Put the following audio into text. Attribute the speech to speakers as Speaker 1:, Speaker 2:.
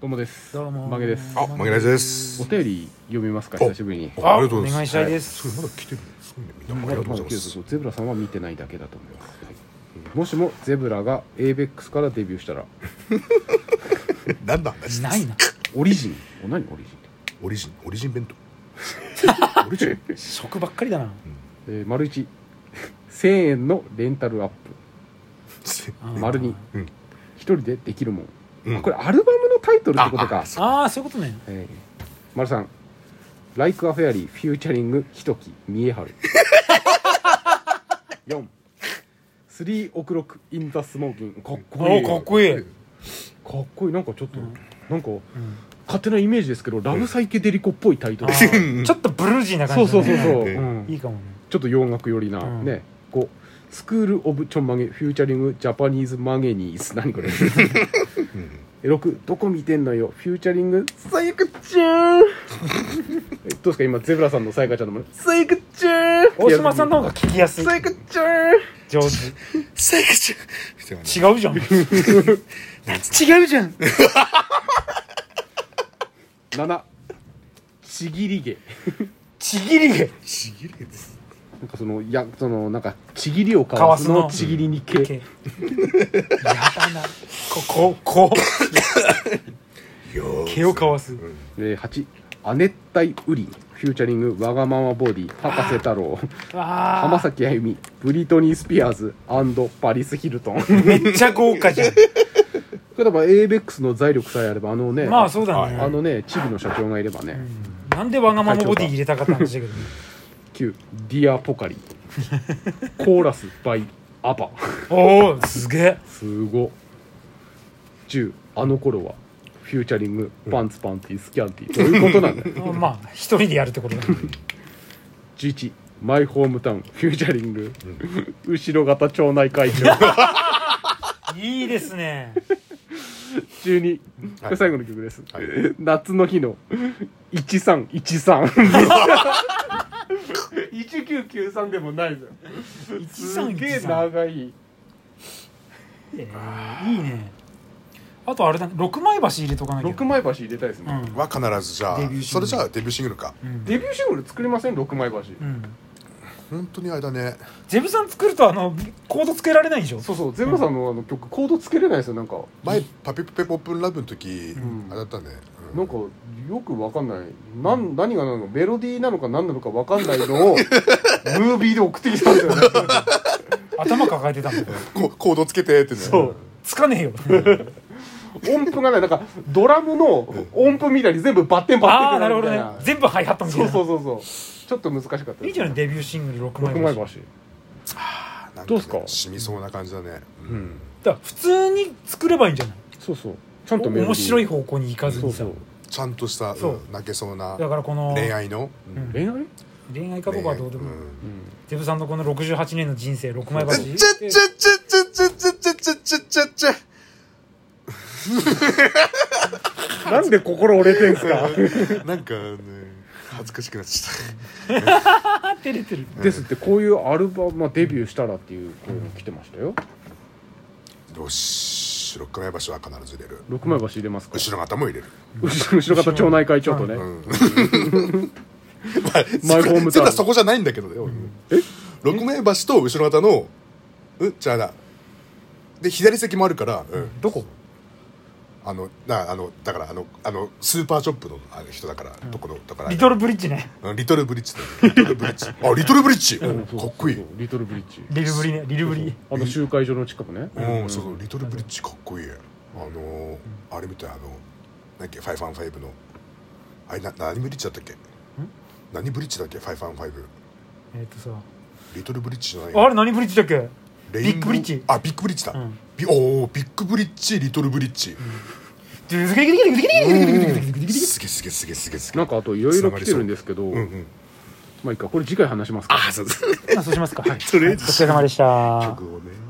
Speaker 1: どうもです。
Speaker 2: どうも
Speaker 1: マゲです。
Speaker 3: あ、マゲラジです
Speaker 1: お。便り読みますか
Speaker 3: お
Speaker 1: 久しぶりに。
Speaker 3: あありがとうござい
Speaker 2: お願
Speaker 3: ま
Speaker 2: い
Speaker 3: す。
Speaker 2: したいです、
Speaker 3: すごいまだ来てる。すごいね。みんなありがとうございます。
Speaker 1: ゼブラさんは見てないだけだと思います。はいもしもゼブラが ABEX からデビューしたら
Speaker 3: なんだ話
Speaker 2: ないな
Speaker 1: オリジンお何オリジンって
Speaker 3: オリジン、オリジン弁当。オリジン。
Speaker 2: 食ばっかりだな
Speaker 1: えー丸一 千円のレンタルアッ
Speaker 2: あ
Speaker 1: プ
Speaker 2: ー
Speaker 1: 丸二
Speaker 3: うん
Speaker 1: 一人でできるもん、
Speaker 3: うん
Speaker 1: あこれアルバムのタイトルってことか
Speaker 3: あ
Speaker 2: ああそういうことね
Speaker 1: えー丸三ライクアフェアリーフューチャリングひとき三重 春四スリーオクロックインザスモーキングかっこいい
Speaker 2: かっこいい、
Speaker 1: かっこいいなんかちょっと、
Speaker 2: うん
Speaker 1: なんか勝手なイメージですけどラブサイケデリコっぽいタイト
Speaker 2: あ
Speaker 1: ル、
Speaker 2: ーちょっとブルージー な
Speaker 1: そ
Speaker 2: 感
Speaker 1: う
Speaker 2: じ
Speaker 1: そ
Speaker 2: だ
Speaker 1: う
Speaker 2: ね
Speaker 1: そうそう、
Speaker 3: ええ
Speaker 1: うん
Speaker 2: いいかもね
Speaker 1: ちょっと洋楽寄りな、
Speaker 2: うん
Speaker 1: ねこうスクール・オブ・チョンマゲフューチャリング・ジャパニーズ・マゲニーズ何 これ6どこ見てんのよフューチャリングサイクちゃんえどうですか今ゼブラさんのさやかちゃんのもサイクちゃん
Speaker 2: 大島さんの方が聞きやすい
Speaker 1: サイクちゃん
Speaker 2: 上手
Speaker 3: セクシュ。
Speaker 2: 違うじゃん違うじゃん
Speaker 1: 7ちぎり毛
Speaker 2: ちぎり毛
Speaker 3: ちぎれです。
Speaker 1: なんかそのいやそのなんかちぎりをかわす
Speaker 2: か
Speaker 1: の
Speaker 2: わすの
Speaker 1: ちぎりに毛、
Speaker 2: 毛やだなこここ毛をかわす
Speaker 1: で8亜熱帯雨林フューチャリングわがままボディ博士太郎
Speaker 2: あ
Speaker 1: 浜崎あゆみブリトニー・スピアーズパリス・ヒルトン こ
Speaker 2: めっちゃ豪華じゃ
Speaker 1: れ
Speaker 2: ん
Speaker 1: だから ABEX の財力さえあればあのね、
Speaker 2: まあ
Speaker 1: あ、
Speaker 2: そうだね、
Speaker 3: はい
Speaker 1: のねチビの社長がいればね、
Speaker 2: なんでわがままボディ入れたかったんでしたけどね
Speaker 1: 9ディア・ポカリ コーラス・バイ・アバ
Speaker 2: おおすげえ
Speaker 1: すご10あの頃はフューチャリングパンツパンティスキャンティーどういうこと なんだよ
Speaker 2: まあ一人でやるってことだね
Speaker 1: 11マイホームタウンフューチャリング、後ろ型町内会長
Speaker 2: いいですね
Speaker 1: 中に、これ最後の曲です。
Speaker 3: はい
Speaker 1: 夏の日の1313。1993でもないじゃん。すげえ
Speaker 2: 1313
Speaker 1: 長い。
Speaker 2: えーいいねあとあれだね六枚橋入れとかなきゃ
Speaker 1: 6枚橋入れたいです
Speaker 2: う
Speaker 1: ね。
Speaker 2: ん
Speaker 3: は必ずじゃあ
Speaker 2: デビューシングル
Speaker 3: それじゃあデビューシングルか
Speaker 2: うん
Speaker 1: デビューシングル作りません ?6 枚橋。
Speaker 2: うん
Speaker 3: 本当にあれだね
Speaker 2: ゼブさん作るとあのコードつけられないでしょ
Speaker 1: そうそう、ゼブラさんのあの曲、コードつけれないですよ、なんか。
Speaker 3: 前パピプペポップンラブの時
Speaker 1: ん
Speaker 3: あれだったねうん
Speaker 1: なんか、よくわかんない。なん、何がなのか、メロディーなのか何なのかわかんない のを、ムービーで送ってきたんですよね。
Speaker 2: 頭抱えて たんだ
Speaker 3: こうコードつけてってね
Speaker 1: そう。
Speaker 2: つかねえよ
Speaker 1: 音符がない、なんか、ドラムの音符みたいに全部バッテン
Speaker 2: あ
Speaker 1: バッテ
Speaker 2: あ
Speaker 1: ン
Speaker 2: なる
Speaker 1: み
Speaker 2: ほど
Speaker 1: たい
Speaker 2: ね全部ハイハットみたい
Speaker 1: そう
Speaker 2: な
Speaker 1: そうそうそう。ちょっと難しかったです。
Speaker 2: いいじゃないデビューシングル六枚
Speaker 1: 六
Speaker 2: 橋
Speaker 1: 枚
Speaker 2: だ
Speaker 1: 橋
Speaker 2: か。
Speaker 3: なんね
Speaker 1: どうっすか
Speaker 3: 染みそうな感じだねうん
Speaker 2: ら普通に作ればいいんじゃない
Speaker 1: そうそう。ちゃんとメロディー
Speaker 2: 面白い方向に行かず
Speaker 1: そう
Speaker 2: にさ
Speaker 1: そう。
Speaker 3: ちゃんとした
Speaker 2: そう
Speaker 3: うん泣けそうな
Speaker 2: だからこの
Speaker 3: 恋愛の
Speaker 2: うん
Speaker 1: 恋愛？
Speaker 2: 恋愛かどうかはどうでもいい
Speaker 3: ん
Speaker 2: ゼブさんのこの68年の人生六枚橋
Speaker 3: ちゃちゃちゃちゃちゃちゃちゃちゃちゃちゃちゃ
Speaker 1: なんで心折れてんすか。
Speaker 3: なんかね恥ずかしくなってきた
Speaker 2: あ照れてる
Speaker 1: ですってこういうアルバムまあデビューしたらっていう声も来てましたよ。
Speaker 3: よし六枚橋は必ず入れる
Speaker 1: 六枚橋入れますか。
Speaker 3: 後ろ方も入れる
Speaker 1: 後ろ後ろ方町内会長とね。マイホームタウン
Speaker 3: セブラそこじゃないんだけどね
Speaker 1: え
Speaker 3: 俺六枚橋と後ろ方のうんじゃあだで左席もあるからうん
Speaker 2: どこ
Speaker 3: あのなあのだからあのあのスーパーショップのあの人だからところだから
Speaker 2: リトルブリッジね
Speaker 3: うんリトルブリッジだ よリトルブリッジあリトルブリッジうん
Speaker 1: そう
Speaker 3: かっこいい
Speaker 1: そうリトルブリッジ。
Speaker 2: リルブリねリルブリ
Speaker 1: あの集会所の近くね。
Speaker 3: うん、そうそう、リトルブリッジかっこいい。あのー、あれみたい、あの、なんだっけ、ファイファンファイブの。あれ、な、何ブリッジだったっけ。何ブリッジだっけ、ファイファンファイブ。
Speaker 2: えっとさ
Speaker 3: リトルブリッジじゃない。
Speaker 2: あれ何ブリッジだっけ
Speaker 3: レイ
Speaker 2: ビッ
Speaker 3: ンボー
Speaker 2: グブリッジ
Speaker 3: あ、ビッグブリッジだ。
Speaker 2: ん
Speaker 3: ビおお、ビッグブリッジ、リトルブリッジ。
Speaker 2: ドゥズギリギリギリギリギリギリギリギリギリギリギリ
Speaker 3: すげえすげえすげえすげえすげ
Speaker 1: な
Speaker 3: え。
Speaker 1: んかあといろいろ来てるんですけど、
Speaker 3: うんうん。
Speaker 1: まあいいかこれ次回話しますか。
Speaker 3: あ、そうです。
Speaker 2: まあそうしますかはいお
Speaker 3: とりあえず
Speaker 2: 疲れ様でした
Speaker 3: 曲をね。